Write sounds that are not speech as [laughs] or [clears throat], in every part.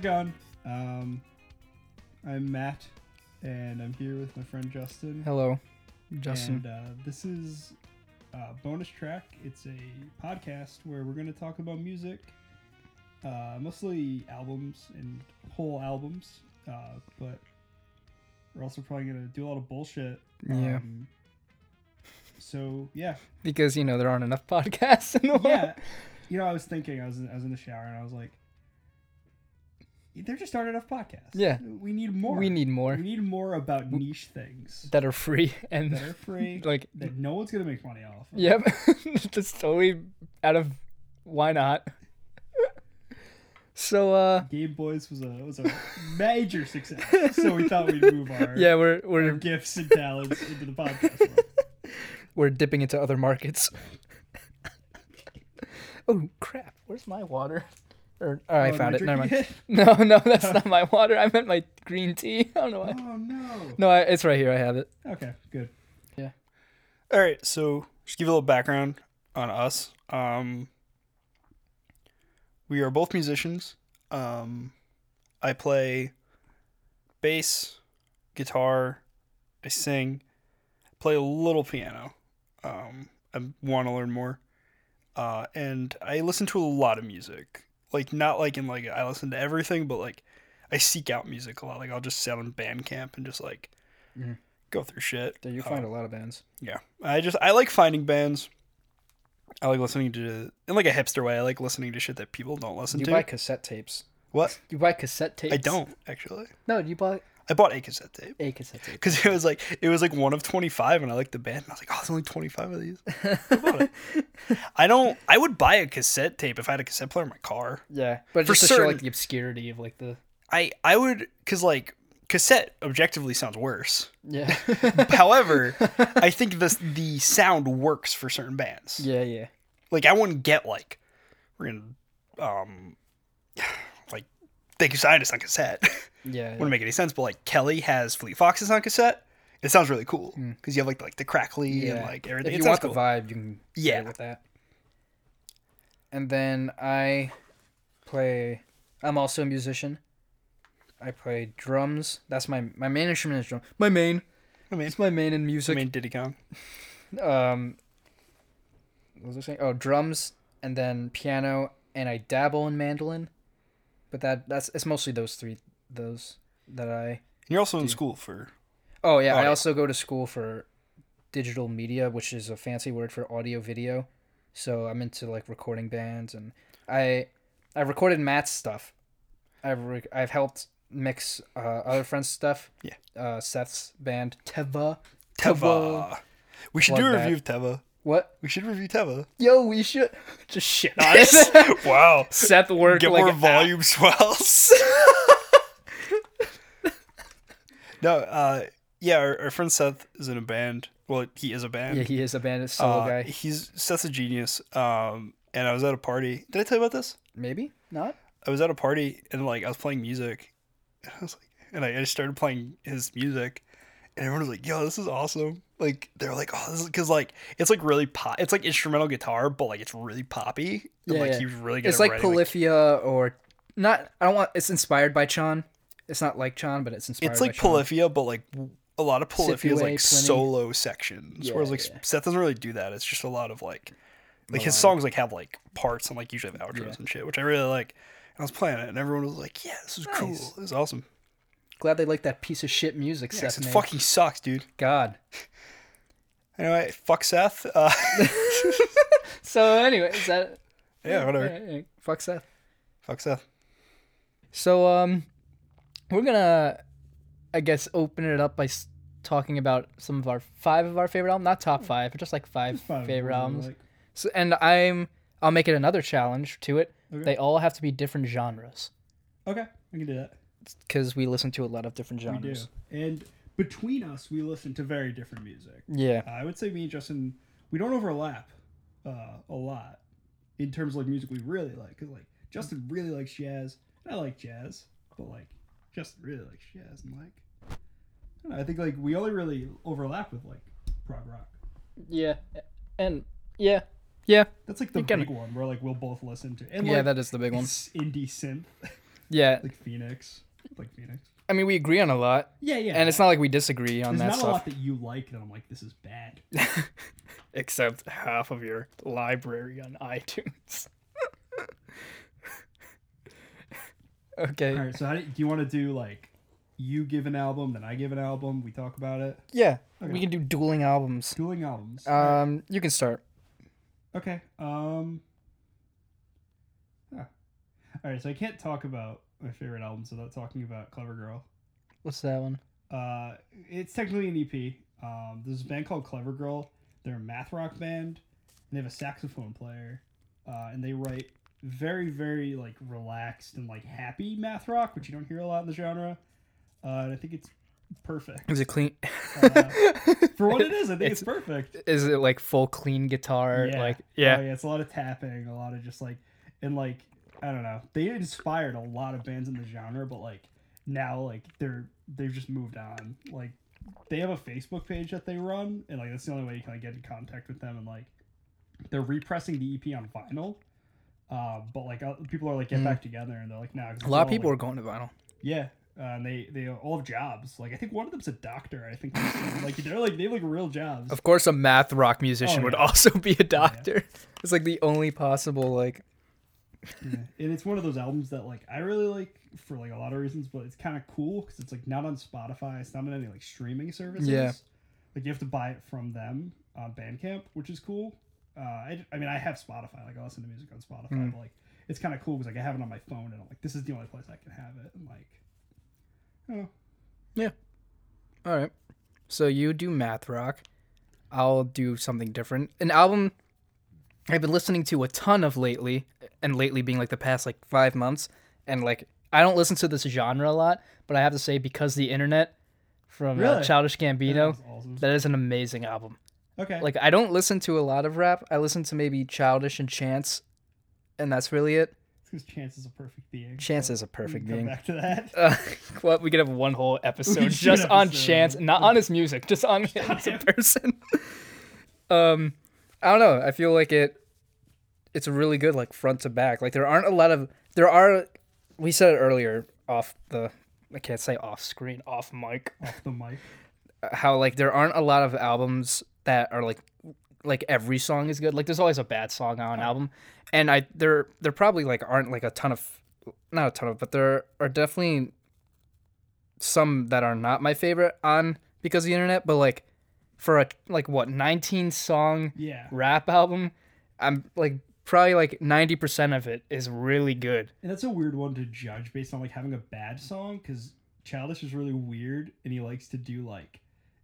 Brown. Um, I'm Matt, and I'm here with my friend Justin. Hello, Justin. And uh, this is a bonus track. It's a podcast where we're going to talk about music, uh, mostly albums and whole albums, uh, but we're also probably going to do a lot of bullshit. Yeah. Um, so, yeah. because you know there aren't enough [laughs] podcasts in the world. yeah, [laughs] you know, I was thinking, I was in, I was in the shower, and I was like, there just aren't enough podcasts. Yeah. we need more. we need more We need more about niche things [laughs] that are free and [laughs] that are free like. that no one's gonna make money off. Of. Yep, [laughs] that's totally out of. Why not? so uh, Game Boys was a was [laughs] a major success, so we thought we'd move our yeah, we're our we're gifts and talents into the podcast. World. we're dipping into other markets. [laughs] oh crap! Where's my water? Or oh, I Oh, am found it. Oh. Never mind. drinking [laughs] No, no, that's not my water. I meant my green tea. [laughs] I don't know it? why. [laughs] Oh no. No, I, it's right here. I have it. Okay, good. Yeah. All right, so just give you a little background on us. Um, we are both musicians. Um, I play bass, guitar, I sing, play a little piano. Um, I want to learn more. Uh, and I listen to a lot of music. Like not like in like I listen to everything, but like I seek out music a lot. Like I'll just sit on Bandcamp and just like Mhm. go through shit. Yeah, you find a lot of bands. Yeah. I just I like finding bands. I like listening to in like a hipster way. I like listening to shit that people don't listen You to. buy cassette tapes. what? You buy cassette tapes. I don't actually. No, you bought I bought a cassette tape a cassette tape. because it was like it was like one of twenty five, and I liked the band. And I was like, oh, there's only twenty five of [laughs] these. I bought it. I don't. I would buy a cassette tape if I had a cassette player in my car. Yeah, but For just to show certain- like the obscurity of like the I I would because like cassette objectively sounds worse. [laughs] yeah [laughs] However, I think the the sound works for certain bands. yeah yeah Like I wouldn't get like we're in um [sighs] like thank you scientist on cassette. [laughs] yeah. wouldn't make any sense, but like Kelly has Fleet Foxes on cassette. It sounds really cool Mm. because you have like like the crackly and Yeah. like If everything. you it sounds want cool. the vibe, you can play Yeah. with that. And then I play. I'm also a musician. I play drums. That's my my main instrument is drum. My main. I mean, It's my main in I music. mean Diddy Kong. um what was I saying? Oh, drums and then piano and I dabble in mandolin. But that that's it's mostly those three those that I You're also in Dude. school for Oh yeah, I Audio. also go to school for digital media, which is a fancy word for audio video. So I'm into like recording bands and I I recorded Matt's stuff. I've re- I've helped mix uh, other friends' stuff. Yeah. Uh, Seth's band Teva. Teva. We should do a Love review of Teva. What? We should review [laughs] Teva. Yo, we should [laughs] just shit on Nice. it. wow. [laughs] Seth worked Get like more an volume [laughs] swells. no, uh, yeah, our, our friend Seth is in a band. Well, he is a hour. band. Yeah, he is a bandit solo Uh, guy. He's Seth's a genius. Um, and I was at a party. Did I tell you about this? Maybe not. I was at a party and like I was playing music, [laughs] and I was like, and I, I just started playing his music, and everyone was like, "Yo, this is awesome!" Like they're like, "Oh, this is because like it's like really pop. It's like instrumental guitar, but like it's really poppy. And, Yeah, like yeah. he was really good. It's at like writing, Polyphia or not. I don't want. It's inspired by Chan. It's not like Chan, but it's inspired. it's by like Chan. Polyphia, but like a lot of Polyphia is Scipio, like Pliny. solo sections, whereas Yeah, like yeah. Seth doesn't really do that. It's just a lot of like, like Melodic. his songs like have like parts and like usually have outros Yeah. and shit, which I really like. And I was playing it, and everyone was like, "Yeah, this is cool. Nice. This is awesome." Glad they like that piece of shit music, Yeah, 'cause Seth. it made. fucking sucks, dude. God. [laughs] Anyway, fuck Seth. Uh, [laughs] So anyway, is that yeah, whatever. yeah, yeah, fuck Seth. Fuck Seth. So um, we're gonna, I guess, open it up by s- talking about some of our five of our favorite albums. Not Hmm. top five, but just like five, favorite albums. So, and I'm I'll make it another challenge to it. Okay. They all have to be different genres Okay, we can do that. because we listen to a lot of different We do. genres. And between us, we listen to very different music. Yeah. I would say me and Justin, we don't overlap uh, a lot in terms of like music we really like. Cause like Justin really likes jazz, and I like jazz, but like Justin really likes jazz, and like I, don't know, I think like we only really overlap with like prog rock. Yeah. And yeah. Yeah. That's like the You can- big one where like we'll both listen to. And Yeah, like, that is the big one. s- indie synth. [laughs] Yeah. like Phoenix, like Phoenix. I mean, we agree on a lot, Yeah, yeah. and it's not like we disagree on there's that not a stuff. lot that you like that I'm like this is bad. Except half of your library on iTunes. All [laughs] Okay. right, so how do, do you want to do like you give an album, then I give an album, we talk about it, Yeah. Okay. We can do dueling albums. dueling albums. Um, you can start. Okay. Um. huh. All right, so I can't talk about my favorite albums without talking about Clever Girl. What's that one? Uh, it's technically an EP. Um, there's a band called Clever Girl. They're a math rock band, and they have a saxophone player, uh, and they write very, very like relaxed and like happy math rock, which you don't hear a lot in the genre. Uh, and I think it's perfect [laughs] Is it clean? Uh, [laughs] for what it is. I think it's, perfect. Is it like full clean guitar? Yeah. Like Oh, yeah. yeah, it's a lot of tapping, a lot of just like, and like I don't know. They inspired a lot of bands in the genre, but like now, like they're they've just moved on. Like they have a Facebook page that they run, and like that's the only way you can like get in contact with them. And like they're repressing the EP on vinyl. Uh, but like uh, people are like get back together, and they're like, nah. 'cause Mm. A it's lot all, of people like- are going to vinyl. yeah, uh, and they they all have jobs. Like I think one of them's a doctor. I think like they're like they have like real jobs. Of course, a math rock musician Oh, would yeah. also be a doctor. It's like the only possible like. and it's one of those albums that like I really like for like a lot of reasons, but it's kind of cool because it's like not on Spotify, it's not on any like streaming services. Yeah. like you have to buy it from them on Bandcamp, which is cool. Uh, I, I mean, I have Spotify, like I listen to music on Spotify, Hmm. but like it's kind of cool because like I have it on my phone, and I'm like, this is the only place I can have it, and like, oh, All right. So you do math rock. I'll do something different. An album I've been listening to a ton of lately, and lately being like the past like five months, and like I don't listen to this genre a lot, but I have to say because the internet from uh, Really? Childish Gambino, that's awesome. that is an amazing album. Okay, Like I don't listen to a lot of rap. I listen to maybe Childish and Chance, and that's really it. because Chance is a perfect being. Chance is a We perfect can come being. Back to that. Uh, [laughs] well, we could have one [laughs] whole episode should just on episode. chance, not on his music, [laughs] just on him as a him. person. [laughs] um, I don't know. I feel like it. It's really good, like front to back. Like there aren't a lot of there are. We said it earlier off the. I can't say off screen, off mic. Off the mic. How like there aren't a lot of albums that are like like every song is good. Like there's always a bad song on an album, and I there there probably like aren't like a ton of not a ton of, but there are definitely some that are not my favorite on because of the internet. But like for a like what 19 song Yeah, rap album, I'm like probably like 90% of it is really good. And that's a weird one to judge based on like having a bad song because Childish is really weird and he likes to do like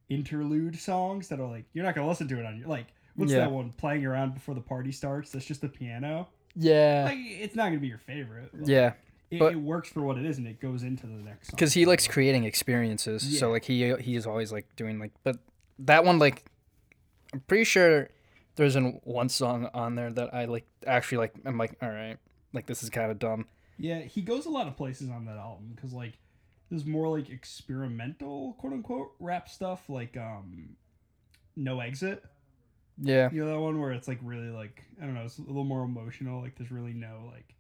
interlude songs that are like you're not gonna listen to it on your like what's Yeah. that one playing around before the party starts that's just the piano Yeah. like it's not gonna be your favorite but Yeah, it, but- it works for what it is and it goes into the next song because he likes creating experiences. So Yeah. like he he is always like doing like, but that one like, I'm pretty sure there's an one song on there that I like actually like. I'm like, all right, like this is kind of dumb. yeah he goes a lot of places on that album because like there's more like experimental quote unquote rap stuff like um no exit Yeah, [laughs] You know that one where it's like really like I don't know, it's a little more emotional. Like there's really no like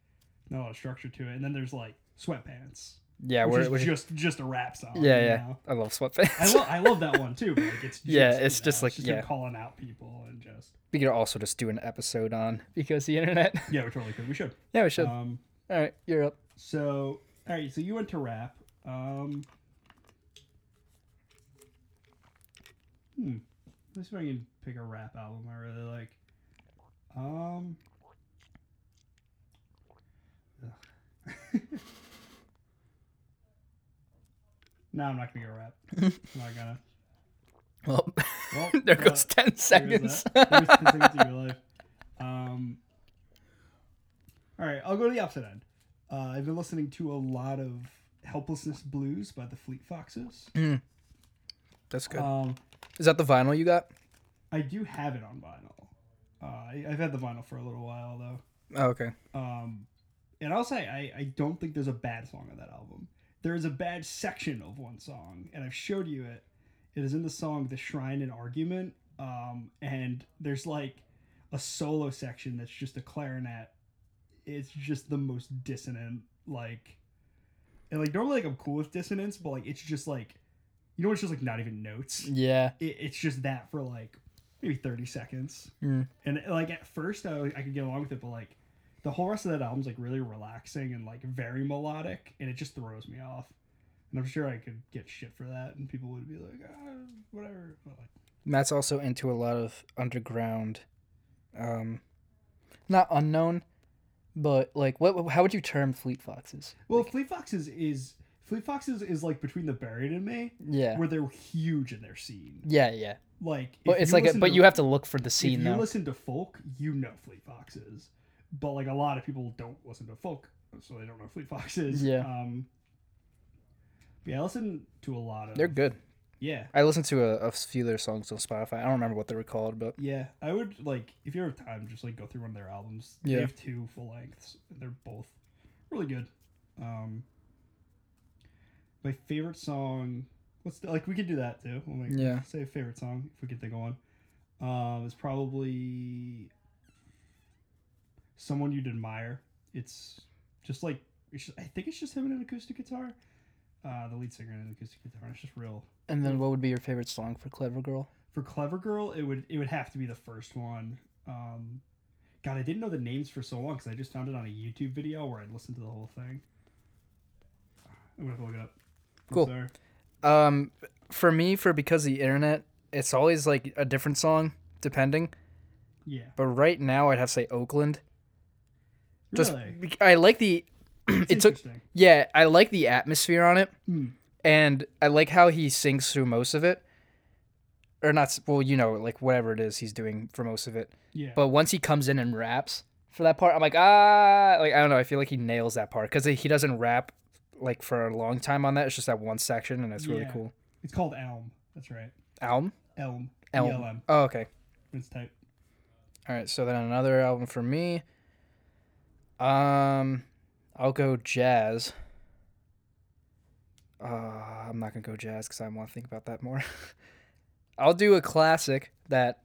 not a lot of structure to it. And then there's like sweatpants, yeah, which we're, is we're just just a rap song. yeah you yeah. know? [laughs] I love sweatpants. I love I love that one too. But like it's just, [laughs] Yeah, you it's know, just like- him yeah. calling out people and just [laughs] we could also just do an episode on because the internet. [laughs] yeah, we totally could. We should. yeah, we should. Um, all right, you're up. so all right, so you went to rap. Um, hmm, let's see if I can pick a rap album I really like. Um. [laughs] no, I'm not gonna go rap. I'm not gonna. Well, Well, [laughs] there uh, goes ten there seconds. goes that. There goes 10 seconds of your life. Um, all right, I'll go to the opposite end. Uh, I've been listening to a lot of "Helplessness Blues" by the Fleet Foxes. That's good. Um, Uh, is that the vinyl you got? I do have it on vinyl. Uh, I, I've had the vinyl for a little while though. Oh, okay. Um, and I'll say I, I don't think there's a bad song on that album. There is a bad section of one song, and I've showed you it. It is in the song "The Shrine and Argument," um, and there's like a solo section that's just a clarinet. It's just the most dissonant, like and like normally like I'm cool with dissonance, but like it's just like, you know, it's just like not even notes. Yeah. It, it's just that for like maybe thirty seconds, Mm. and like at first I I could get along with it, but like the whole rest of that album's like really relaxing and like very melodic, and it just throws me off. And I'm sure I could get shit for that, and people would be like, ah, whatever. But like, Matt's also into a lot of underground, um, not unknown, but like what? How would you term Fleet Foxes? well, Fleet Foxes is Fleet Foxes is like between the buried and me, Yeah. where they're huge in their scene. Yeah, yeah. Like, if But it's you like, a, listen but to- you have to look for the if scene you though. listen to folk, you know Fleet Foxes. But like a lot of people don't listen to folk, so they don't know Fleet Foxes. Yeah. Um, but yeah, I listen to a lot of. They're good. Yeah, I listened to a, a few of their songs on Spotify. I don't remember what they were called, but yeah. I would like if you have time, just like go through one of their albums. Yeah. They have two full lengths. And they're both really good. Um, my favorite song. Let's like we could do that too. We'll make- Yeah. Say a favorite song if we could think of one. Um, it's probably someone you'd admire. It's just like it's just, I think it's just him and an acoustic guitar. Uh, the lead singer and an acoustic guitar. It's just real. And then what would be your favorite song for Clever Girl? For Clever Girl, it would it would have to be the first one. Um, God, I didn't know the names for so long because I just found it on a YouTube video where I listened to the whole thing. I'm gonna have to look it up. I'm Cool. sorry. Um, for me, for because of the internet, it's always like a different song depending. Yeah. But right now, I'd have to say Oakland. Just really? bec- I like the. [clears throat] it It's took interesting. yeah, I like the atmosphere on it, Hmm. and I like how he sings through most of it, or not. s- Well, you know, like whatever it is he's doing for most of it. Yeah. But once he comes in and raps for that part, I'm like, ah, like I don't know. I feel like he nails that part because he doesn't rap like for a long time on that. It's just that one section, and it's really Yeah. cool. it's called Elm. That's right. Album. Elm. Elm. ELM. Oh, okay. It's type. All right. So then another album for me. Um, I'll go jazz. Uh, I'm not gonna go jazz because I want to think about that more. [laughs] I'll do a classic that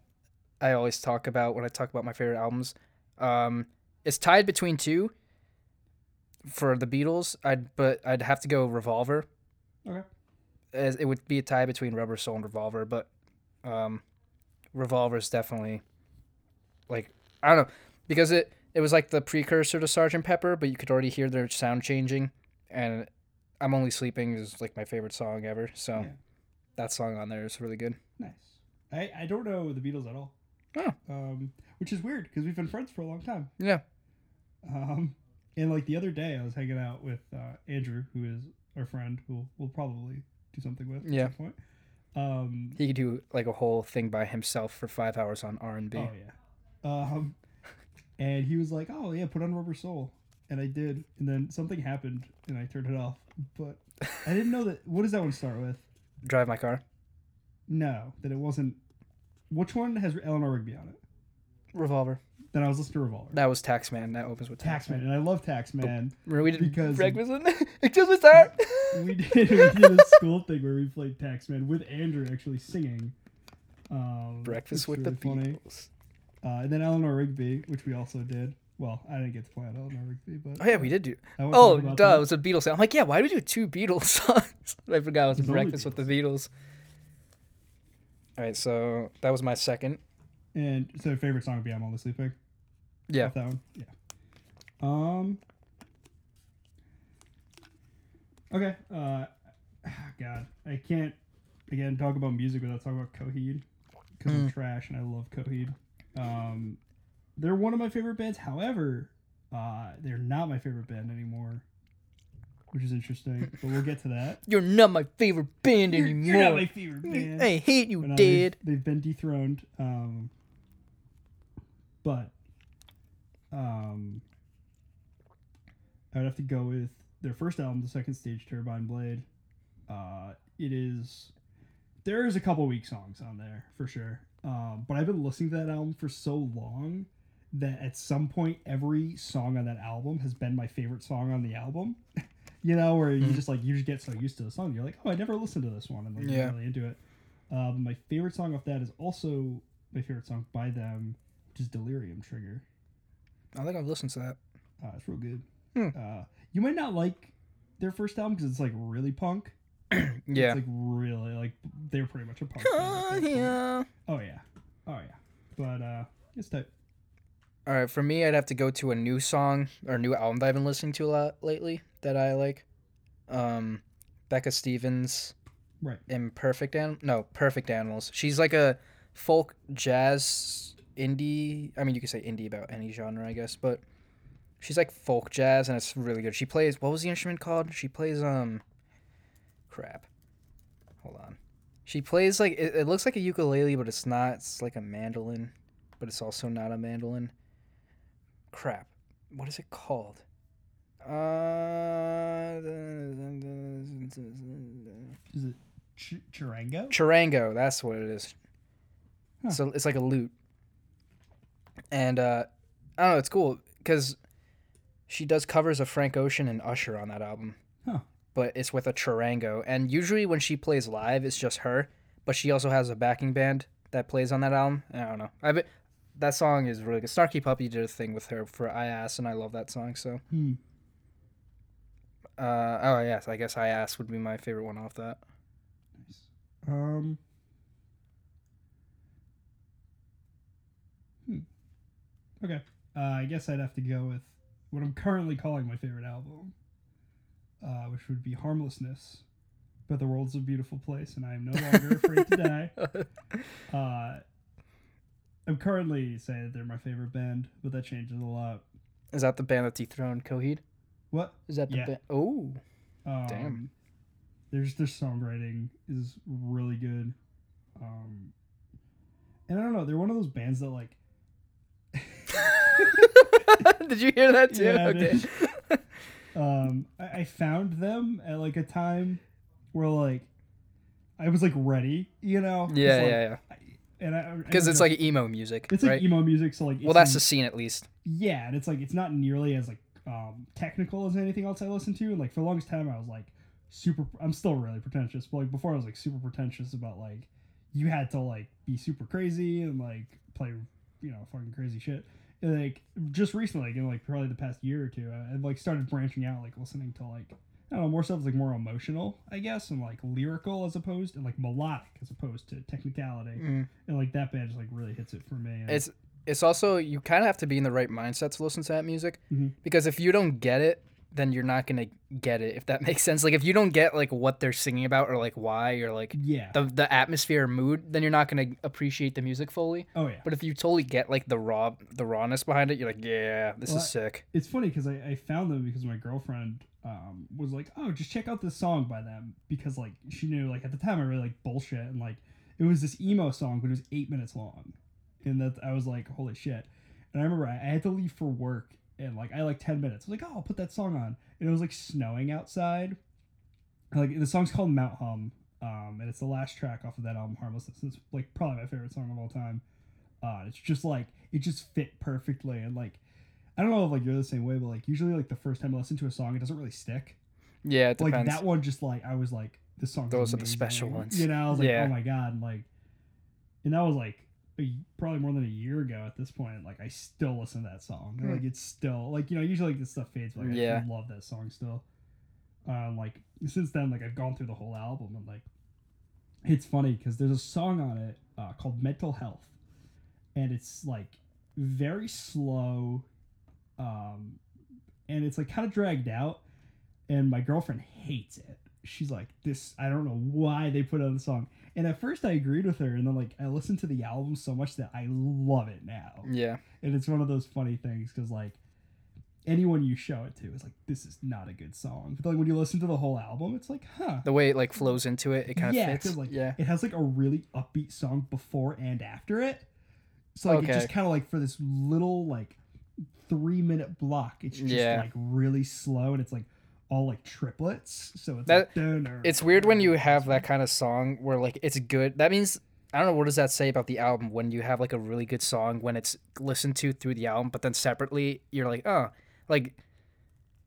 I always talk about when I talk about my favorite albums. Um, it's tied between two. For the Beatles, I'd but I'd have to go Revolver. Okay. As it would be a tie between Rubber Soul and Revolver, but um, Revolver is definitely like I don't know because it it was like the precursor to Sergeant Pepper, but you could already hear their sound changing, and I'm only sleeping is like my favorite song ever. So Yeah. that song on there is really good. Nice. I, I don't know the Beatles at all. Oh. Um, which is weird because we've been friends for a long time. Yeah. Um, and like the other day, I was hanging out with uh, Andrew, who is our friend, who we'll probably do something with Yeah. at some point. Um, He could do like a whole thing by himself for five hours on R and B. Oh yeah. Um, and he was like, "Oh yeah, put on Rubber Soul," and I did, and then something happened, and I turned it off. But I didn't know that. What does that one start with? Drive my car. No, that it wasn't. Which one has Eleanor Rigby on it? Revolver. Then I was listening to Revolver. That was Taxman. That opens with Taxman, and I love Taxman. Remember we did Because- breakfast. Excuse me, sir. we did [laughs] we did a school thing where we played Taxman with Andrew actually singing. Um, [laughs] breakfast it's with really the funny. Beatles. Uh, and then Eleanor Rigby, which we also did. Well, I didn't get to play on Eleanor Rigby, but Oh yeah, we did do. I won't Oh, talk about duh, that. it was a Beatles song. I'm like, yeah, why do we do two Beatles [laughs] songs? I forgot it was It's only Breakfast with the Beatles. All right, so that was my second. And so your favorite song would be I'm Only Sleeping? Yeah. Off That one? Yeah. Um Okay. Uh ah, God. I can't again talk about music without talking about Coheed. Because I'm trash and I love Coheed. Um they're one of my favorite bands, however, uh they're not my favorite band anymore. Which is interesting. but we'll get to that. You're not my favorite band anymore. You're not my favorite band. I hate you, But now they've- Dad. They've, been dethroned. Um, but um, I would have to go with their first album, the second stage, Turbine Blade. Uh, it is. There is a couple weak songs on there for sure. Um, but I've been listening to that album for so long that at some point every song on that album has been my favorite song on the album. [laughs] you know, where Hmm. you just like you just get so used to the song, you're like, oh, I never listened to this one, and like Yeah. you're really into it. Um, my favorite song off that is also my favorite song by them, which is Delirium Trigger. I think I've listened to that. Uh, it's real good. Hmm. Uh, you might not like their first album because it's like really punk. Yeah. It's like really like they were pretty much a [laughs] punk. band at that point. Oh yeah. Oh yeah. But uh it's tight. All right, for me, I'd have to go to a new song or new album that I've been listening to a lot lately that I like. Um, Becca Stevens, Right. Imperfect An no Perfect Animals. She's like a folk jazz indie. I mean, you could say indie about any genre, I guess, but she's like folk jazz, and it's really good. She plays what was the instrument called? She plays um, crap. Hold on. She plays like it, it looks like a ukulele, but it's not. It's like a mandolin, but it's also not a mandolin crap. What is it called? Uh, Is it Ch- Chirango? charango. That's what it is. Huh. So it's like a lute, and uh, I don't know. It's cool because she does covers of Frank Ocean and Usher on that album. Huh. But it's with a charango, and usually when she plays live, it's just her. But she also has a backing band that plays on that album. I don't know. I bet that song is really good. Snarky Puppy did a thing with her for I Ass, and I love that song. So, Hmm. uh, oh yes, I guess I Ass would be my favorite one off [laughs] that. Nice. Um. Hmm. Okay. Uh, I guess I'd have to go with what I'm currently calling my favorite album, uh, which would be Harmlessness. But the world's a beautiful place, and I am no longer afraid to die. Uh, I'm currently saying that they're my favorite band, but that changes a lot. Is that the band that dethroned Coheed? What? Is that the Yeah. band? Oh, Um, Damn. There's their songwriting is really good. Um, and I don't know, they're one of those bands that like [laughs] did you hear that too? Yeah, I [laughs] okay. did. um, I, I found them at like a time where like I was like ready, you know? It's yeah, like- yeah, yeah. And I- I Because I it's don't know. like emo music, it's like right? emo music, so like well, it's that's the scene at least. yeah, and it's like it's not nearly as like um, technical as anything else I listen to. And like for the longest time, I was like super. I'm still really pretentious, but like before, I was like super pretentious about like you had to like be super crazy and like play you know fucking crazy shit. And like just recently, like, in like probably the past year or two, I- I've like started branching out, like listening to like I don't know more stuff that's, like more emotional, I guess, and like lyrical as opposed and like melodic as opposed to technicality. Mm. And like that band just like really hits it for me. And, It's it's also you kind of have to be in the right mindset to listen to that music Mhm. because if you don't get it, then you're not gonna get it. If that [laughs] makes sense, like if you don't get like what they're singing about or like why or like yeah. the the atmosphere or mood, then you're not gonna appreciate the music fully. oh yeah. But if you totally get like the raw the rawness behind it, you're like, yeah, this Well, I- is sick. it's funny because I, I found them because my girlfriend um, was like, "Oh, just check out this song by them," because like she knew like at the time I really like bullshit and like it was this emo song, but it was eight minutes long, and that I was like, "Holy shit!" And I remember I, I had to leave for work and like I had, like ten minutes. I was like, "Oh, I'll put that song on," and it was like snowing outside. And, Like the song's called Mount Hum, um, and it's the last track off of that album, Harmlessness. It's like probably my favorite song of all time. Uh, it's just like it just fit perfectly, and like I don't know if like you're the same way, but like usually like the first time I listen to a song, it doesn't really stick. Yeah, it But, like depends. that one, just like I was like, this song. Those are the special ones. You know, I was like, Yeah. oh my god, and, like, and that was like a, probably more than a year ago at this point. Like I still listen to that song. And, Hmm. Like it's still like you know usually like this stuff fades, but like, Yeah. I love that song still. Um, like since then, like I've gone through the whole album and like it's funny because there's a song on it uh, called mental health and it's like very slow um and it's like kind of dragged out and my girlfriend hates it she's like this i don't know why they put on the song and at first i agreed with her and then like i listened to the album so much that i love it now yeah. and it's one of those funny things because like anyone you show it to is like this is not a good song but like when you listen to the whole album it's like huh the way it like flows into it, it kind of yeah, fits. 'cause, like yeah. it has like a really upbeat song before and after it. So like Okay. it just kind of like for this little like three minute block, it's just Yeah. like really slow and it's like all like triplets. So it's That- like, donor. It's weird when you have that kind of song where like it's good. That means I don't know what does that say about the album when you have like a really good song when it's listened to through the album, but then separately you're like, oh, like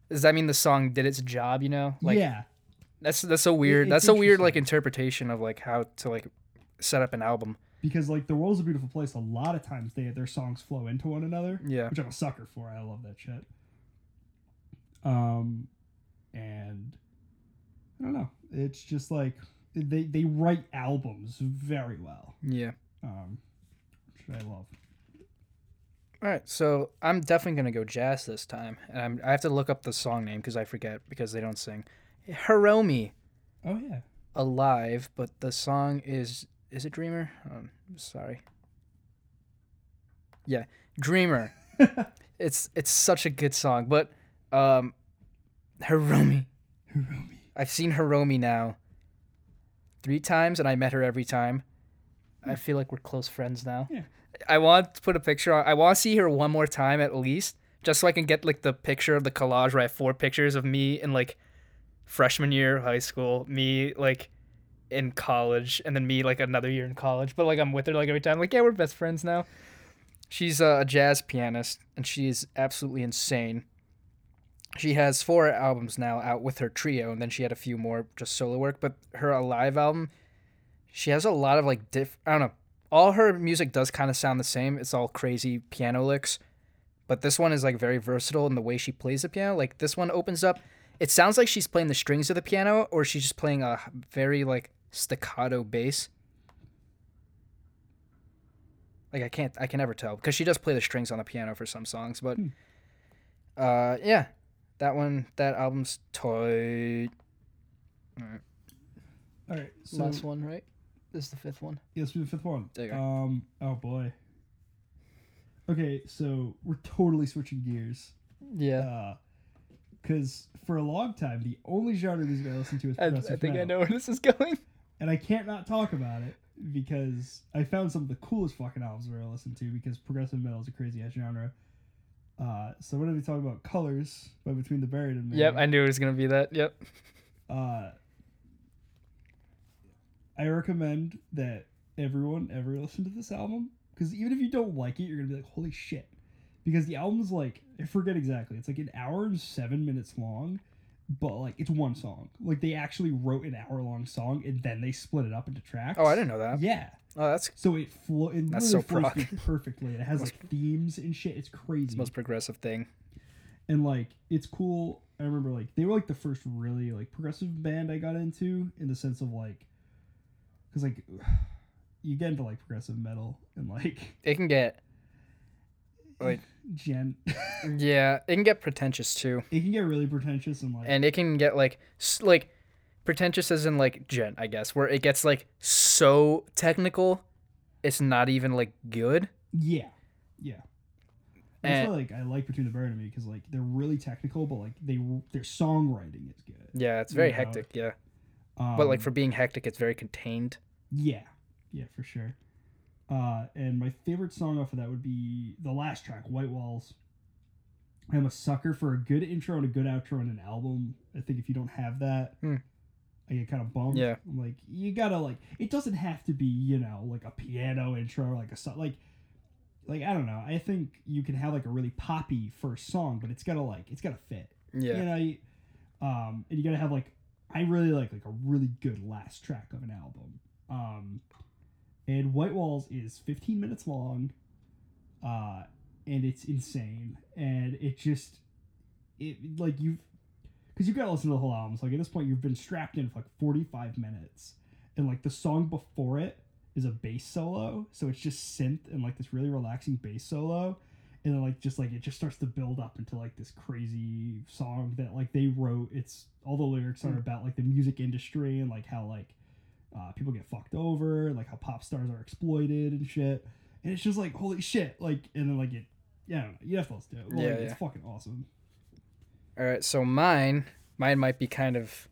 does that mean the song did its job? You know, like yeah, that's that's so weird. it's That's a weird interesting. like interpretation of like how to like set up an album. because like the world's a beautiful place. A lot of times they their songs flow into one another. Yeah. which I'm a sucker for. I love that shit. Um, and I don't know. It's just like they they write albums very well, Yeah. um, which I love. All right, so I'm definitely gonna go jazz this time, and I'm, I have to look up the song name because I forget because they don't sing. Hiromi Oh yeah, [laughs] alive, but the song is is it Dreamer? Um, sorry. Yeah, Dreamer. it's it's such a good song, but um, [laughs] Hiromi. Hiromi. I've seen Hiromi now. Three times, and I met her every time. I feel like we're close friends now. Yeah. I want to put a picture on. I want to see her one more time at least, just so I can get like the picture of the collage where I have four pictures of me in like freshman year of high school, me like in college, and then me like another year in college. But like I'm with her like every time. Like yeah, we're best friends now. She's a jazz pianist, and she is absolutely insane. She has four albums now out with her trio, and then she had a few more just solo work. But her Alive album, she has a lot of like diff. I don't know. All her music does kind of sound the same. It's all crazy piano licks, but this one is like very versatile in the way she plays the piano. Like this one opens up. It sounds like she's playing the strings of the piano, or she's just playing a very like staccato bass. Like I can't, I can never tell because she does play the strings on the piano for some songs. But uh, yeah, that one, that album's tight. All right, so one, right? This is the fifth one. Yes, be the fifth one. There you go. Um. Oh boy. Okay, so we're totally switching gears. Yeah. Uh, because for a long time, the only genre music I listen to is I, I progressive think I metal. know where this is going. and I can't not talk about it because I found some of the coolest fucking albums that I listened to because progressive metal is a crazy ass genre. Uh, so we're gonna be talking about Colors by Between the Buried and Buried. Yep, I knew it was gonna be that. Yep. uh, I recommend that everyone ever listen to this album because even if you don't like it, you're gonna be like, holy shit. Because the album's like, I forget exactly, it's like an hour and seven minutes long, but like it's one song. Like they actually wrote an hour long song and then they split it up into tracks. Oh, I didn't know that. Yeah. Oh, that's So it flow it That's literally so flows prog. [laughs] through perfectly. and It has like themes and shit. It's the crazy. most progressive thing. and like it's cool. I remember like they were like the first really like progressive band I got into in the sense of like cuz like [sighs] you get into like progressive metal and like [laughs] It can get like gen [laughs] yeah, it can get pretentious too, it can get really pretentious and like and it can get like s- like pretentious as in like gent, I guess, where it gets like so technical, it's not even like good. yeah. Yeah. That's And- why like I like Between the Bird and Me cuz like they're really technical but like they their songwriting is good. Yeah, it's very Yeah. hectic. Yeah, Um, but like for being hectic, it's very contained. Yeah, yeah, for sure. Uh, and my favorite song off of that would be the last track, White Walls. I'm a sucker for a good intro and a good outro in an album. I think if you don't have that, Hmm. I get kind of bummed. Yeah. I'm like you gotta like it doesn't have to be you know like a piano intro or like a so- like like I don't know. I think you can have like a really poppy first song, but it's gotta like it's gotta fit you Yeah, know you- um and you gotta have like i really like like a really good last track of an album um and white walls is 15 minutes long uh and it's insane and it just it like you've because you gotta listen to the whole album so like at this point you've been strapped in for like 45 minutes and like the song before it is a bass solo so it's just synth and like this really relaxing bass solo and then like just like it just starts to build up into like this crazy song that like they wrote it's all the lyrics are Hmm. about like the music industry and like how like uh, people get fucked over and like how pop stars are exploited and shit and it's just like holy shit like and then like it yeah I don't know, you have to listen to it like, Yeah, it's yeah. fucking awesome All right, so mine, mine might be kind of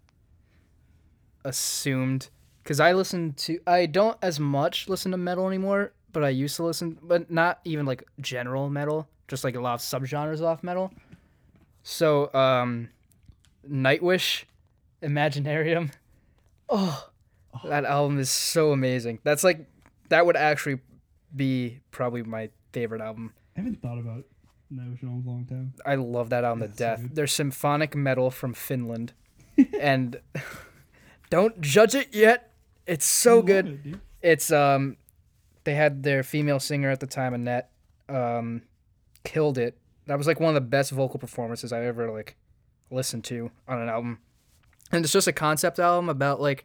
assumed because I listen to, I don't as much listen to metal anymore, but I used to listen, but not even like general metal, just like a lot of subgenres off metal. So, um, Nightwish, Imaginarium, oh, that album is so amazing. That's like, that would actually be probably my favorite album. I haven't thought about Nightwish in a long time. I love that album so to death. good. They're symphonic metal [laughs] from Finland, and [laughs] don't judge it yet. It's so I good. love it, dude. It's um, they had their female singer at the time, Annette, um, killed it. That was like one of the best vocal performances I ever like listen to on an album. And it's just a concept album about like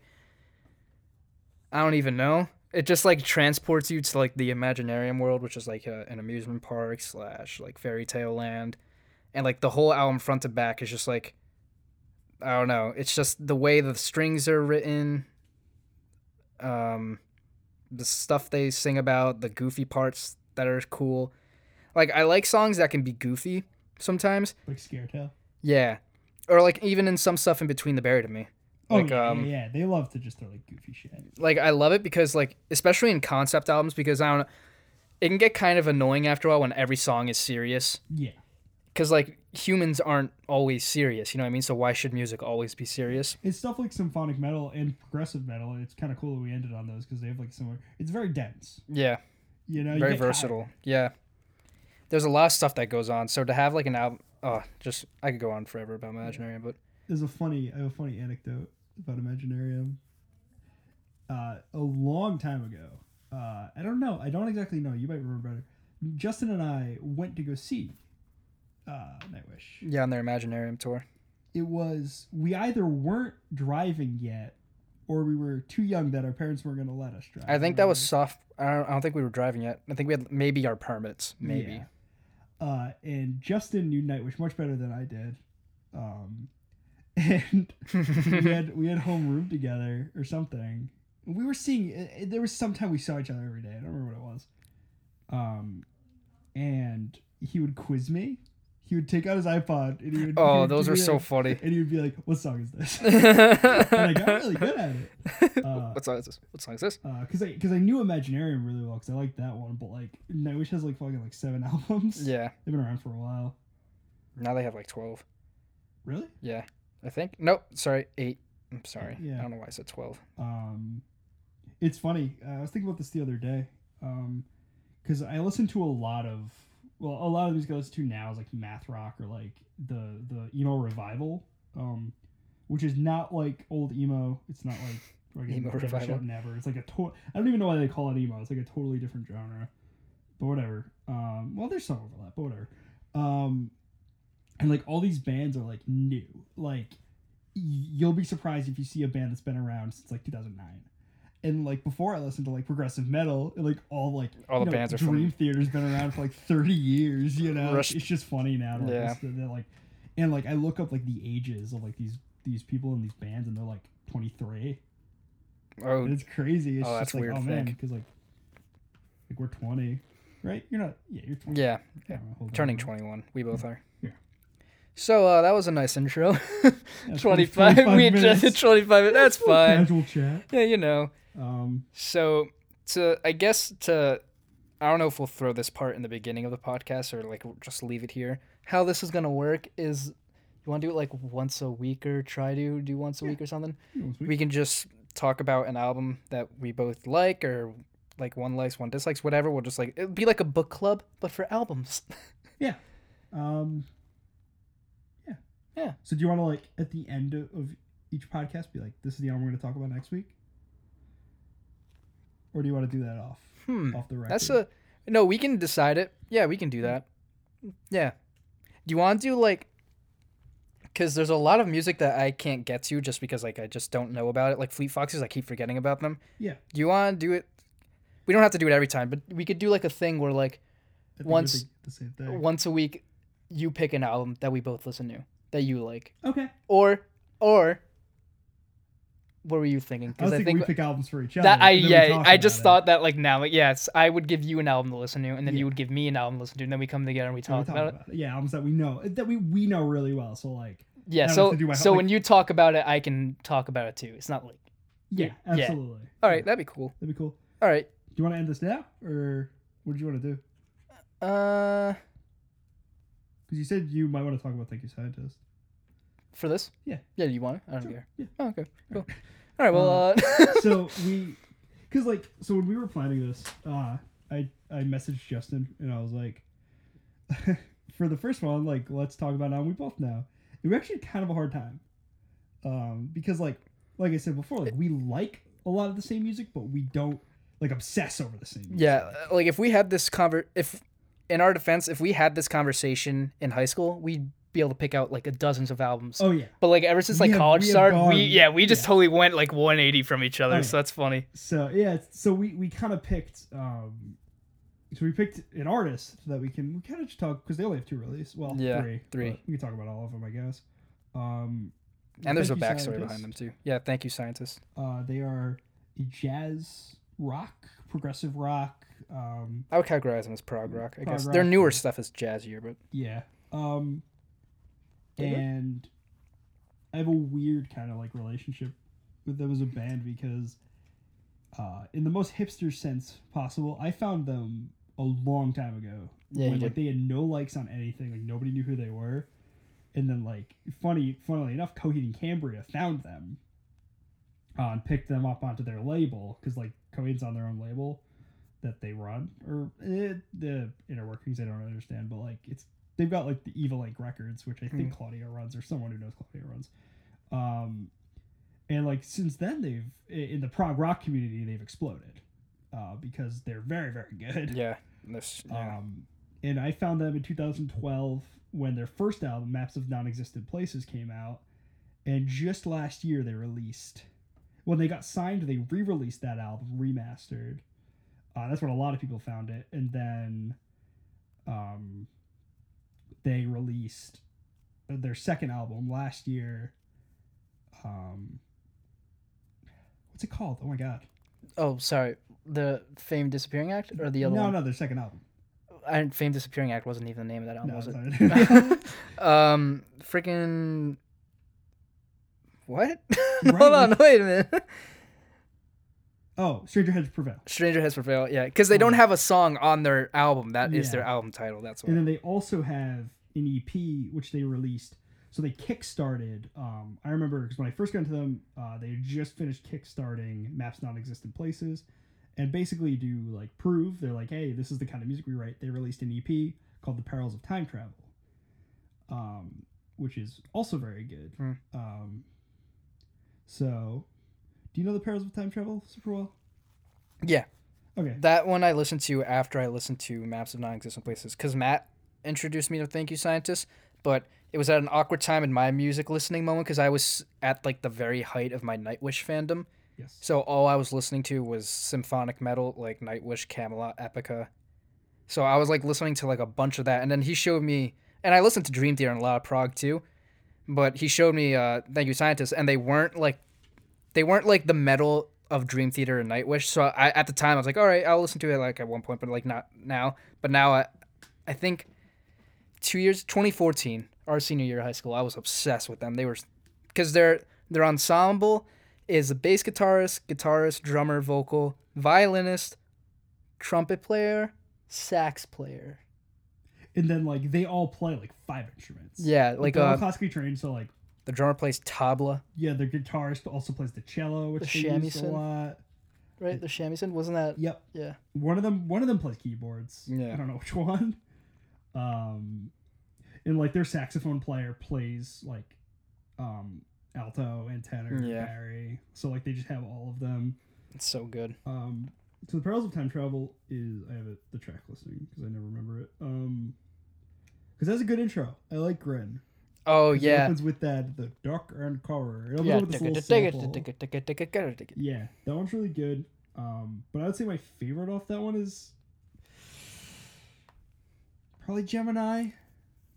I don't even know. It just like transports you to like the Imaginarium world, which is like a, an amusement park slash like fairy tale land, and like the whole album front to back is just like I don't know. It's just the way the strings are written, um, the stuff they sing about, the goofy parts that are cool. Like I like songs that can be goofy sometimes. Like Scare Tale. Yeah, or like even in some stuff in between the buried of me. Oh Like, yeah, um, yeah, yeah, they love to just throw like goofy shit. like I love it because like especially in concept albums because I don't know it can get kind of annoying after a while when every song is serious Yeah, because like humans aren't always serious you know what I mean so why should music always be serious it's stuff like symphonic metal and progressive metal. It's kind of cool that we ended on those because they have like similar. It's very dense. yeah You know, Oh, you very get tired. versatile yeah there's a lot of stuff that goes on so to have like an album oh just I could go on forever about Imaginary but There's a funny, I have a funny anecdote about Imaginarium. Uh, a long time ago, uh, I don't know, I don't exactly know. You might remember better. Justin and I went to go see uh, Nightwish. yeah on their Imaginarium tour It was we either weren't driving yet, or we were too young that our parents weren't going to let us drive. I think that Mm-hmm. was soft I don't, I don't think we were driving yet I think we had maybe our permits maybe Yeah. Uh, and Justin knew Nightwish much better than I did. Um, [laughs] and we had we had homeroom together or something. We were seeing. uh, There was some time we saw each other every day. I don't remember what it was. Um, and he would quiz me. He would take out his iPod and he would. he [laughs] [laughs] oh would those give are me, so like- funny And he would be like, "What song is this?" [laughs] and I got What's really [laughs] good at it. Uh, what song is this? What song is this? because I because I knew Imaginarium really well because I liked that one, but like Nightwish has like fucking like seven [laughs] albums. Yeah. They've been around for a while. Now they have like twelve. Really? Yeah. I think. Nope. Sorry. Eight. I'm sorry. Yeah. I don't know why I said twelve. Um, it's funny. Uh, I was thinking about this the other day. Um, because I listen to a lot of well, a lot of music I listen to now is like math rock or like the the emo revival. Um, which is not like old emo. It's not like fucking Emo Def Jam revival. Never. It's like a to- I don't even know why they call it emo. It's like a totally different genre. But whatever. Um, well, there's some overlap. But whatever. Um, and like all these bands are like new. Like y- you'll be surprised if you see a band that's been around since like 2009. And like before, I listened to like progressive metal, and like all like All you the know, bands are from- Dream Theater's been around for like 30 years. You know, Like, Rush- it's just funny now. To, like, Yeah. listen to that, like, and like I look up like the ages of like these these people in these bands, and they're like 23. Oh. And it's crazy. It's Oh, just that's like weird oh to man, think. because like like we're 20, right? You're not. Yeah, you're 20. Yeah. I don't know, hold on. Turning twenty-one. We both are. Yeah. So uh, that was a nice intro. [laughs] Yeah, 25. we just minutes. did 25. That's fine. Casual chat. Yeah, you know. Um, So to I guess to I don't know if we'll throw this part in the beginning of the podcast or like just leave it here. How this is gonna work is you want to do it like once a week or try to do once a week or something. you know, it's We can just talk about an album that we both like or like one likes, one dislikes, whatever. We'll just like it'll be like a book club but for albums. Um, yeah, Yeah. So do you want to like at the end of, of each podcast be like, "This is the album we're going to talk about next week," or do you want to do that off [laughs] Hmm. off the record? That's a no. We can decide it. Yeah, we can Hmm. do that. Yeah. Do you want to do like? Because there's a lot of music that I can't get to just because like I just don't know about it. Like Fleet Foxes, I keep forgetting about them. Yeah. Do you want to do it? We don't have to do it every time, but we could do like a thing where like I think once- we did the same thing. once a week, you pick an album that we both listen to that you like, okay. or or. What were you I thinking? was Because I thinking think we pick albums for each other. that I and then we yeah talk I about just it. thought that like now like, yes I would give you an album to listen to and then Yeah. you would give me an album to listen to and then we come together and we And we talk about, it. Yeah, albums that we know that we we know really well. So like, I Yeah, don't have so to do my- so like- when you talk about it I can talk about it too. It's not like yeah, Yeah. absolutely. all right that'd be cool. that'd be cool. All right, Do you want to end this now, or what did you want to do? uh, Because you said you might want to talk about Thank You Scientist. for this Yeah. yeah you want it I don't Sure, care. yeah. Um, Oh, okay cool. All right [laughs] well uh, [laughs] so we because like so when we were planning this uh i i messaged justin and i was like [laughs] for the first one like let's talk about now we both know and we actually had kind of a hard time um because like like i said before like we like a lot of the same music but we don't like obsess over the same music. yeah uh, like if we had this conver if in our defense if we had this conversation in high school we be able to pick out like a dozens of albums. Oh yeah. But like ever since We like have- college we have started, gone- we yeah we just yeah. totally went like 180 from each other. Oh, So that's funny. So yeah, it's- so we we kind of picked. um so we picked an artist that we can we kind of just talk because they only have two releases. Well, Yeah, three. three. but We can talk about all of them, I guess. Um, And there's a thank you, backstory scientists. behind them too. Yeah, thank you, scientist. Uh, they are jazz rock, progressive rock. Um, I would categorize them as prog rock. I Prog guess their rock, newer yeah. stuff is jazzier, but yeah. Um, They're good. and I have a weird kind of like relationship with them as a band because, uh, in the most hipster sense possible, I found them a long time ago. Yeah, you when, like did. they had no likes on anything, like nobody knew who they were. And then, like, funny, funnily enough, Coheed and Cambria found them uh, and picked them up onto their label because, like, Coheed's on their own label that they run, or eh, the inner workings I don't understand, but like, it's they've got like the Evil Ink Records, which I think Claudia runs, or someone who knows Claudia runs. Um, and like since then, they've i- in the prog rock community they've exploded uh, because they're very very good. yeah, there's yeah. Um, and I found them in 2012 when their first album, Maps of Non-Existent Places, came out. And just last year, they released. When they got signed, they re-released that album, remastered. Uh, that's when a lot of people found it. And then, um, they released their second album last year. Um, what's it called? Oh my god! oh sorry, the Fame Disappearing Act or the other no, one. no, their second album. I, Fame Disappearing Act wasn't even the name of that album, No, was it? it's not it. [laughs] um, freaking. What? [laughs] Right, Hold on, like- wait a minute. [laughs] oh, Stranger Heads Prevail. Stranger Has Prevailed, yeah, because they don't Oh. have a song on their album. That is their Yeah. album title. That's And why. then they also have an EP which they released. So they kickstarted. Um, I remember because when I first got into them, uh, they had just finished kickstarting Maps Non-Existent Places, and basically do like prove they're like, hey, this is the kind of music we write. They released an EP called The Perils of Time Travel, um, which is also very good. Hmm. Um, so, do you know The Perils of Time Travel super well? Yeah, Okay. that one I listened to after I listened to Maps of Non-Existent Places because Matt introduced me to Thank You Scientist, but it was at an awkward time in my music listening moment because I was at like the very height of my Nightwish fandom. Yes. So all I was listening to was symphonic metal, like Nightwish, Camelot, Epica. So I was like listening to like a bunch of that, and then he showed me, and I listened to Dream Theater and a lot of prog too, but he showed me uh, Thank You Scientist, and they weren't like, they weren't like the metal of Dream Theater and Nightwish. So I at the time I was like, all right, I'll listen to it like at one point, but like not now. But now I, I think, two years, 2014, our senior year of high school, I was obsessed with them. They were, because their their ensemble is a bass guitarist, guitarist, drummer, vocal, violinist, trumpet player, sax player. And then like they all play like five instruments. Yeah, like they're all uh, classically trained, so like the drummer plays tabla, Yeah, the guitarist also plays the cello, which The they use a shamisen. lot. right? The shamisen wasn't that? Yep. Yeah. One of them one of them plays keyboards. Yeah. I don't know which [laughs] one. Um and like their saxophone player plays like um alto and tenor and Yeah. barry. So like they just have all of them. It's so good. Um so the perils of time travel is I have it, the track listing because I never remember it. Um because that's a good intro. I like Grin. Oh 'Cause It yeah. opens with that the dark and horror. It opens Yeah. up with this little sample. Yeah. Yeah, that one's really good. Um, but I would say my favorite off that one is probably Gemini.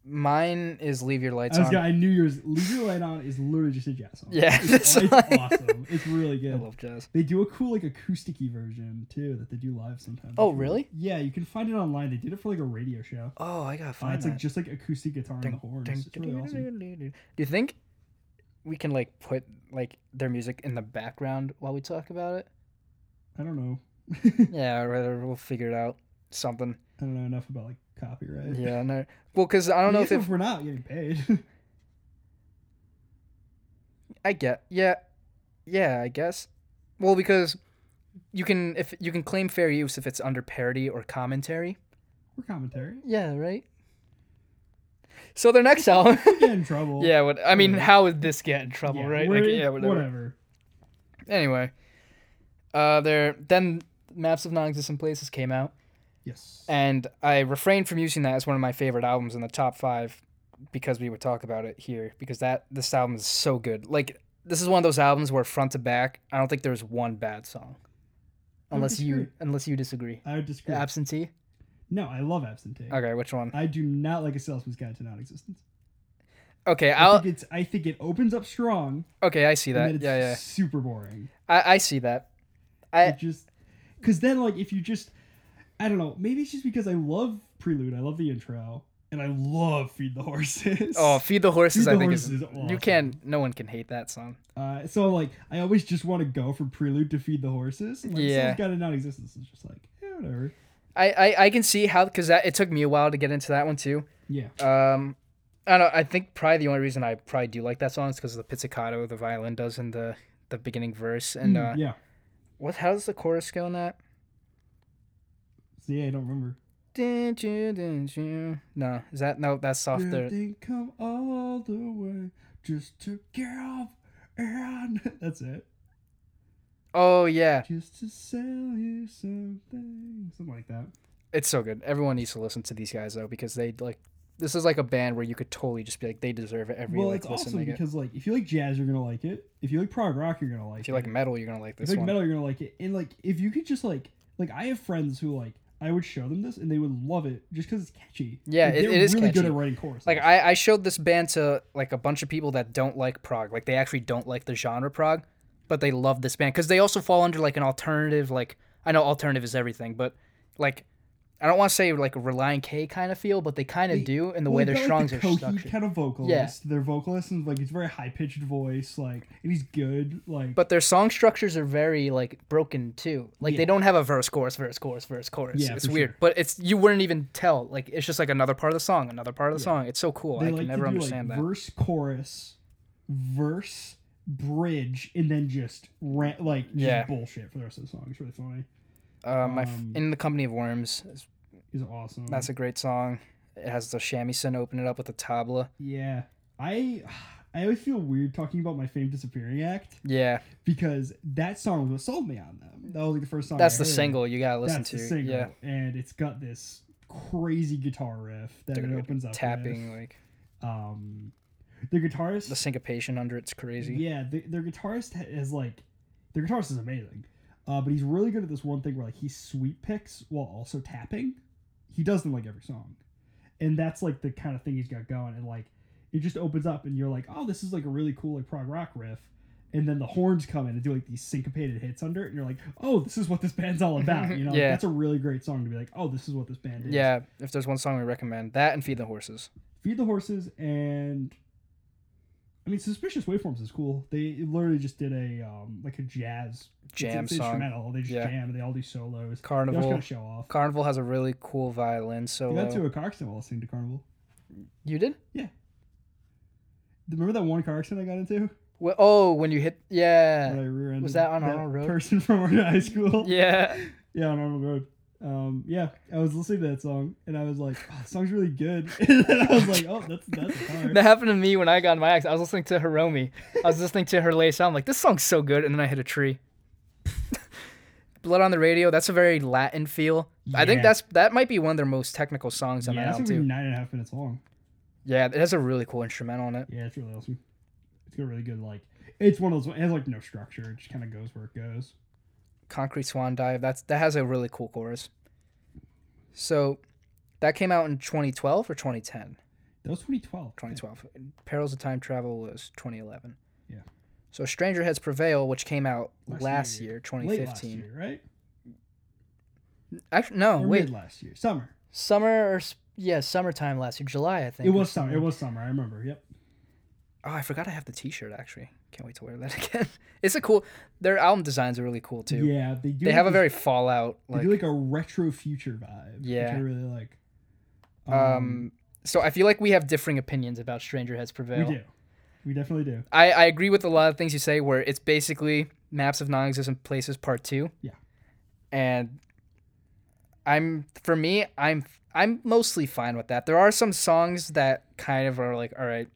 Mine is leave your lights I, was on. gonna, I knew yours. Leave Your Light On is literally just a jazz song. Yeah, it's, that's it's why. awesome. It's really [laughs] I good. love jazz. They do a cool like acousticy version too that they do live sometimes. Oh It's really- really? Yeah, you can find it online. They did it for like a radio show. Oh, I gotta Uh, find it's like just like acoustic guitar and the horns. It's really awesome. Do you think we can like put like their music in the background while we talk about it? I don't know. [laughs] Yeah, or rather we'll figure it out something. I don't know enough about like copyright. [laughs] Yeah, no. Well, because I don't know if, Even if we're not getting paid. [laughs] I get. Yeah, yeah, I guess. Well, because you can if you can claim fair use if it's under parody or commentary. we're [laughs] commentary. Yeah, right. So their next [laughs] album. Get in trouble. yeah, what I mean, Whatever. how would this get in trouble, right? Like, we're- yeah, whatever. Anyway, uh, there then maps of non-existent places came out. Yes. and I refrained from using that as one of my favorite albums in the top five because we would talk about it here because that this album is so good. Like this is one of those albums where front to back, I don't think there's one bad song. would Unless you disagree. unless you disagree. I would disagree. Absentee? no, I love absentee. Okay, which one? I do not like a salesman's guide to non-existence. Okay, I I'll think it's. I think it opens up strong, okay, I see and then that. it's Yeah, Eh. yeah. super boring. I, I see that. I- it just because then like if you just i don't know maybe it's just because i love prelude i love the intro and i love feed the horses Oh, Feed the Horses, Feed I the think Horses is is awesome. you can no one can hate that song. uh, so like i always just want to go from prelude to feed the horses like, Yeah. got a non-existence it's just like yeah, whatever I, I, I can see how because that it took me a while to get into that one too. yeah Um, I don't. know, I think probably the only reason I probably do like that song is because of the pizzicato the violin does in the the beginning verse and Mm, uh, yeah what how does the chorus go in that? so yeah i don't remember Did you, did you? No, is that no? That's softer. Nothing come all the way just to get off and [laughs] that's it Oh yeah, just to sell you something something like that it's so good. Everyone needs to listen to these guys though because they like this is like a band where you could totally just be like they deserve it every well, like it's listen awesome they get. because like if you like jazz, you're gonna like it. If you like prog rock, you're gonna like. If you like it. metal, you're gonna like if this you like one. metal, you're gonna like it. And like if you could just like like I have friends who like I would show them this and they would love it just because it's catchy. Yeah, Like, it- they're it is really good catchy. at writing chorus. Like I, I showed this band to like a bunch of people that don't like prog. Like they actually don't like the genre prog, but they love this band because they also fall under like an alternative. Like I know alternative is everything, but like I don't want to say like a Relying K kind of feel, but they kind of They- do. And the way their strongs like, are the structured. kind of vocalist. Their vocalist is like it's very high pitched voice. Like and he's good. Like but their song structures are very like broken too. Like they Yeah. don't have a verse, chorus, verse, chorus, verse, chorus. Yeah, it's for weird, sure. but it's you wouldn't even tell. Like it's just like another part of the song, another part of the Yeah. song. It's so cool. they I like can never to do understand like that. verse chorus, verse bridge, and then just rant like just Yeah. bullshit for the rest of the song. It's really funny. Uh, my f- um, in the company of worms is It's awesome. That's a great song. It has the shamisen open it up with the tabla. Yeah. I I always feel weird talking about my Fame Disappearing Act Yeah, because that song was what sold me on them. That was like the first song. that's I the heard. single you gotta listen Oh, That's the to. single. Yeah, And it's got this crazy guitar riff that it opens up with. tapping like Um, the guitarist. the syncopation under it's crazy. Yeah, the, their guitarist ha- is like, their guitarist is amazing, uh, but he's really good at this one thing where like he sweep picks while also tapping. He does them like every song, and that's like the kind of thing he's got going. And like, it just opens up, and you're like, oh, this is like a really cool like prog rock riff. And then the horns come in and do like these syncopated hits under it, and you're like, "Oh, this is what this band's all about." [laughs] You know, Like, Yeah. that's a really great song to be like, "Oh, this is what this band is." Yeah, if there's one song we recommend, that and Feed the Horses. feed the horses and i mean suspicious waveforms is cool they literally just did a um like a jazz it's- Jam it's song. instrumental they just Yeah. jam and they all do solos they all Carnival. kind of show off Carnival has a really cool violin I solo. got to a car accident while listening to carnival you did? remember that one car accident i got into Wh- oh, when you hit. when i Yeah. rear-ended Uh, was that on Arnold Road? person [laughs] from our high school Yeah. Yeah, on arnold road um yeah i was listening to that song and i was like oh, the song's really good [laughs] and then i was like oh that's that's a car [laughs] That happened to me when I got in my accident. I was listening to Hiromi. I was listening to her latest album. Like this song's so good, and then I hit a tree. [laughs] Blood on the Radio. That's a very Latin feel. I think Yeah. that's that might be one of their most technical songs on yeah, that that's album like too. nine and a half minutes long Yeah, it has a really cool instrumental on it. Yeah, it's really awesome. It's got really good like it's one of those it has like no structure. It just kind of goes where it goes. Concrete Swan Dive. That's that has a really cool chorus. So, that came out in 2012 or 2010. That was 2012. 2012. Perils of Time Travel was 2011. Yeah. So Stranger Heads Prevail, which came out Last last, year. year, Late last 2015. year, right? Actually, no, Or Oh, wait. mid last year, summer. summer or s- yeah, summertime last year, July I think. It or was summer. It something. was summer. I remember. Yep. Oh, I forgot I have the T-shirt actually. Can't wait to wear that [laughs] again. It's a cool. Their album designs are really cool too. Yeah, they do. they like have a this- very Fallout They like. do like a retro future vibe. Yeah. Which I really like. um, so I feel like we have differing opinions about Stranger Heads we Prevail. do. We definitely do. I I agree with a lot of things you say. Where it's basically maps of non-existent places part two. Yeah. And I'm for me I'm I'm mostly fine with that. There are some songs that kind of are like all right,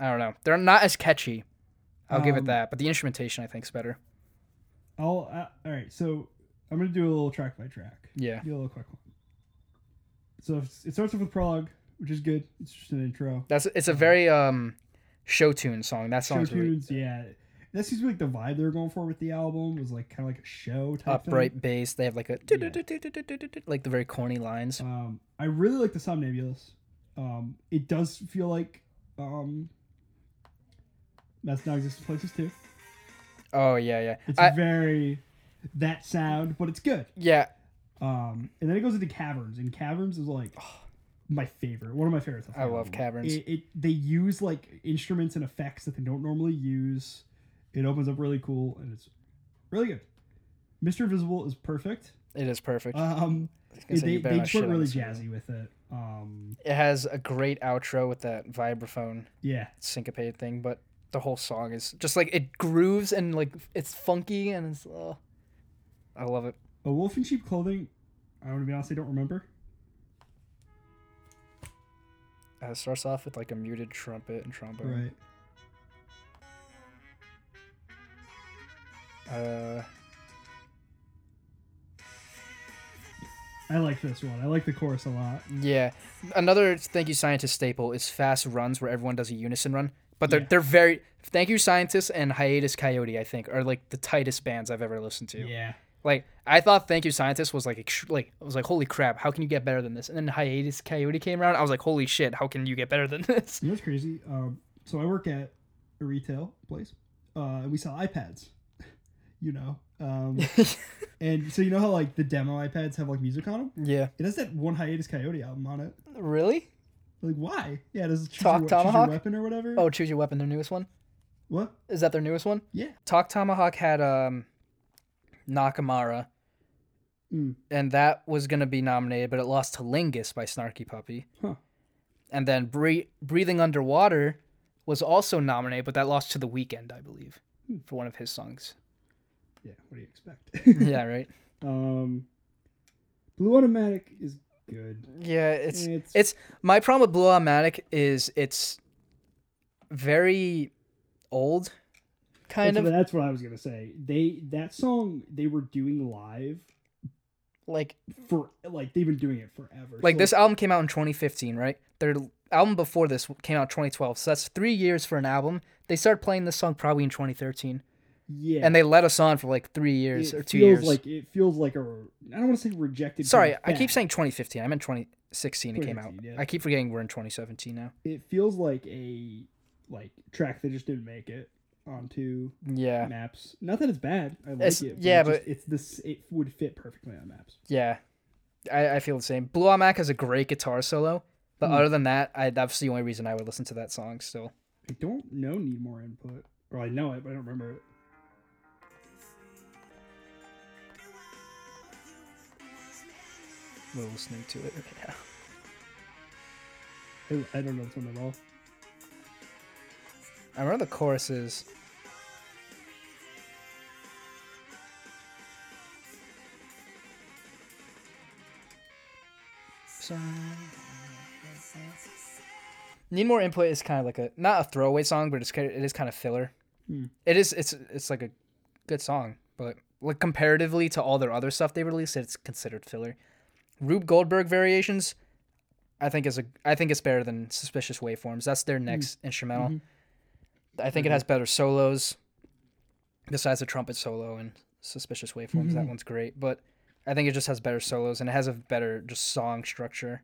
I don't know. They're not as catchy. I'll give Um, it that, but the instrumentation I think's better. I'll. Uh, all right. So I'm gonna do a little track by track. Yeah. Do a little quick one. So it starts off with prologue. which is good. It's just an intro. That's it's a very um show tune song. That Show song's really tunes, yeah. That seems like the vibe they were going for with the album was like kind of like a show type upright bass. They have like a like the very corny lines. Thing. Um, I really like the Somnambulous. Um, it does feel like um, that's not existent places too. Oh yeah, yeah. It's I, very that sound, but it's good. yeah, Um, and then it goes into caverns, and caverns is like my favorite, one of my favorites. off the I love album. caverns. It, it they use like instruments and effects that they don't normally use. It opens up really cool, and it's really good. Mister Invisible is perfect. It is perfect. Um, I was gonna say, they you better they not just went shit on really this one. jazzy with it. Um, It has a great outro with that vibraphone yeah, syncopated thing, but the whole song is just like it grooves and like it's funky and it's. Oh, I love it. a wolf in sheep clothing. I'm gonna be honest, I don't remember. Uh, it starts off with like a muted trumpet and trombone. Right. Uh, I like this one. I like the chorus a lot. yeah. Another thank you scientist staple is fast runs where everyone does a unison run, but they're Yeah. they're very thank you scientists and hiatus coyote I think are like the tightest bands I've ever listened to. Yeah. Like I thought, Thank You Scientist was like, ext- like I was like, holy crap, how can you get better than this? And then Hiatus Coyote came around, I was like, holy shit, how can you get better than [laughs] this? You know what's crazy? Um, so I work at a retail place, uh, and we sell iPads. [laughs] you know, [laughs] um, and so you know how like the demo iPads have like music on them. yeah, It has that one hiatus coyote album on it. really? Like why? Yeah, does it choose, Talk your, choose your Tomahawk? weapon or whatever? Oh, Choose Your Weapon, their newest one. what? Is that their newest one? Yeah. Talk Tomahawk had um, Nakamura, Mm. and that was gonna be nominated, but it lost to Lingus by Snarky Puppy. Huh. And then Bre- Breathing Underwater was also nominated, but that lost to The Weeknd, I believe, Hmm. for one of his songs. Yeah. What do you [laughs] expect? yeah, right. um, Blue Automatic is good. Eh, Yeah, it's It's- it's, my problem with Blue Automatic is it's very old, kind that's, of that's what I was gonna say. They that song they were doing live like for like they've been doing it forever. like So, this album came out in 2015, right? Their album before this came out in 2012, so that's three years for an album. They started playing this song probably in 2013, Yeah. and they let us on for like three years it or two feels years. like it feels like a re- I don't want to say rejected. Sorry, comeback. I keep saying 2015. I meant 2016. It came out. 2016, yeah. I keep forgetting we're in 2017 now. it feels like a like track that just didn't make it onto Yeah, maps. Not that it's bad. I like It's- it. yeah, it's just- but- it's this. It would fit perfectly on maps. Yeah, I, I feel the same. Blue Mac has a great guitar solo, but other than that, I that's the only reason I would listen to that song still. I don't know. Need more input. Or I know it, but I don't remember it. We're listening to it [laughs] right now. I, I don't know this one at all. I remember the choruses. So- Need more input is kind of like a not a throwaway song, but it's kind of, it is kind of filler. Hmm. It is it's it's like a good song, but like comparatively to all their other stuff they released, it's considered filler. Rube Goldberg variations, I think is a I think it's better than Suspicious Waveforms. That's their next instrumental. I think it Mm-hmm. has better solos besides the trumpet solo and Suspicious Waveforms. Mm-hmm. That one's great, but I think it just has better solos and it has a better just song structure.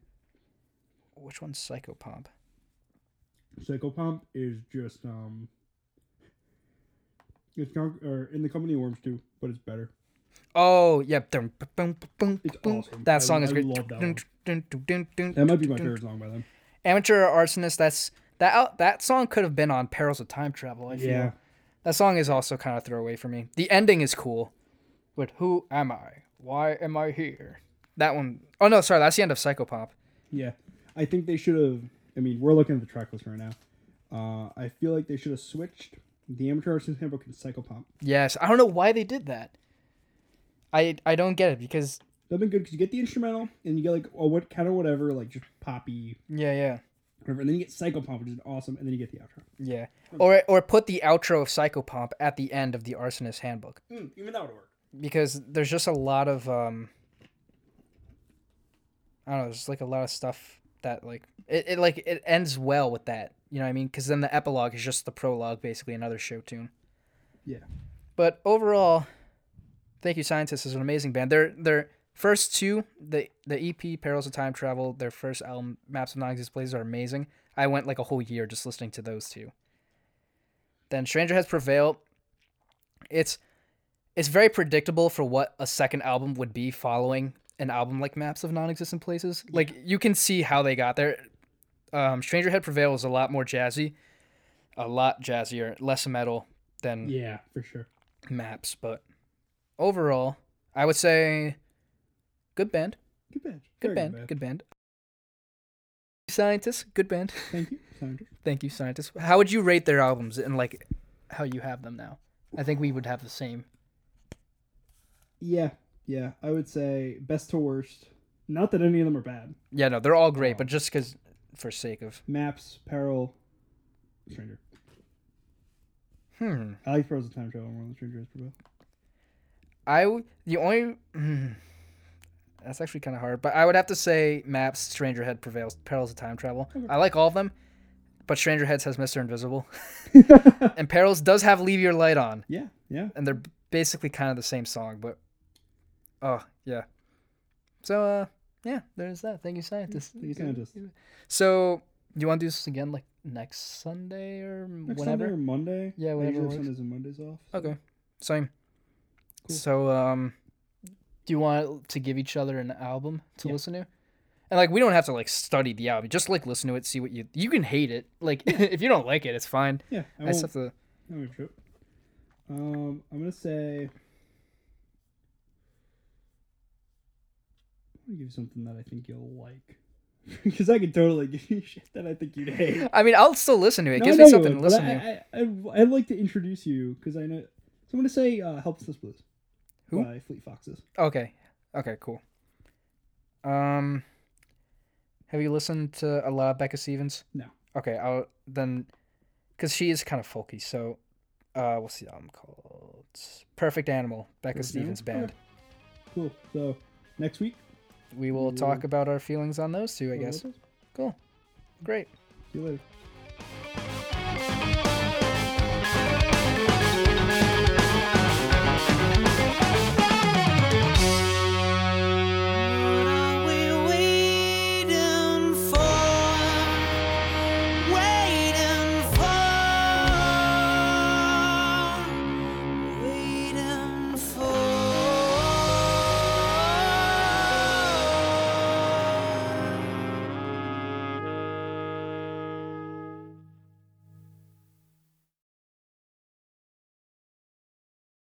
Which one's Psychopomp? Psychopomp is just um. It's not, or in the company of worms too, but it's better. Oh, yeah. Dum, bu- bum, bu- bum, It's bum. awesome. I- That song is I great. love that Dun, one. dun, dun, dun, dun, That might be dun, my dun. favorite song by them. Amateur arsonist. That's that out, that song could have been on Perils of Time Travel. I feel. Yeah. That song is also kind of throwaway for me. The ending is cool, but who am I? Why am I here? That one oh no, sorry, that's the end of Psychopomp. Yeah, I think they should have. I mean, we're looking at the track list right now. Uh, I feel like they should have switched the amateur artist handbook and psychopomp. Yes, I don't know why they did that. I I don't get it because That'd been good because you get the instrumental and you get like oh what kind of whatever like just poppy yeah yeah whatever, and then you get psychopomp which is awesome, and then you get the outro. yeah or or put the outro of Psychopomp at the end of the Arsonist Handbook Hmm, even that would work. because there's just a lot of um I don't know, there's like a lot of stuff that like it, it like it ends well with that. You know what I mean? Because then the epilogue is just the prologue, basically another show tune. Yeah. But overall, thank you, scientists is an amazing band. Their their first two, the the EP Perils of Time Travel, their first album Maps of Non-Existent Places are amazing. I went like a whole year just listening to those two. Then Stranger Has Prevailed. It's it's very predictable for what a second album would be following an album like Maps of Non-Existent Places. Like you can see how they got there. Um, Stranger Head Prevail is a lot more jazzy, a lot jazzier, less metal than Yeah, for sure. Maps. But overall, I would say good band, Good band. good Very band, good band. Scientists, good band. [laughs] Thank you, Sandra. Thank you, scientists. How would you rate their albums and like how you have them now? I think we would have the same. Yeah, yeah. I would say best to worst. Not that any of them are bad. Yeah, no, they're all great, but just because, for sake of Maps, Peril, Stranger. hmm. I like Perils of Time Travel more than Stranger is Prevail. I w- the only mm, that's actually kind of hard, but I would have to say Maps, Stranger Head prevails, Perils of Time Travel. I like all of them, but Stranger Heads has Mister Invisible, [laughs] and Perils does have Leave Your Light On, Yeah, yeah. and they're basically kind of the same song, but oh yeah. So uh, yeah, there's that. Thank you, scientists. Thank you, Scientist. So you want to do this again like next Sunday or Next whenever? Sunday or Monday. Yeah, I whenever usually have works. Oh, Sundays and Mondays off. Okay. Same. Cool. So, um, do you want to give each other an album to Yeah. listen to? And like, we don't have to like study the album. Just like listen to it, see what you you can hate it. Like, [laughs] if you don't like it, it's fine. Yeah, I, I won't. just have to. I won't trip. Um, I'm gonna say. I'm gonna give you something that I think you'll like, [laughs] because I could totally give you [laughs] shit that I think you'd hate. I mean, I'll still listen to [laughs] it. It No, I gives me know you something to would, but listen I, to. I, I, I'd like to introduce you because I know. So I'm gonna say uh, "Helps This Blues" Who? by Fleet Foxes. Okay. Okay. Cool. Um, have you listened to a lot of Becca Stevens? No. Okay. I'll then, because she is kind of folky. So, uh, what's the album called? Perfect Animal, Becca Perfect Animal? Stevens band. Okay. Cool. So next week, We will Ooh. talk about our feelings on those two. I guess. See Cool. Great. you later.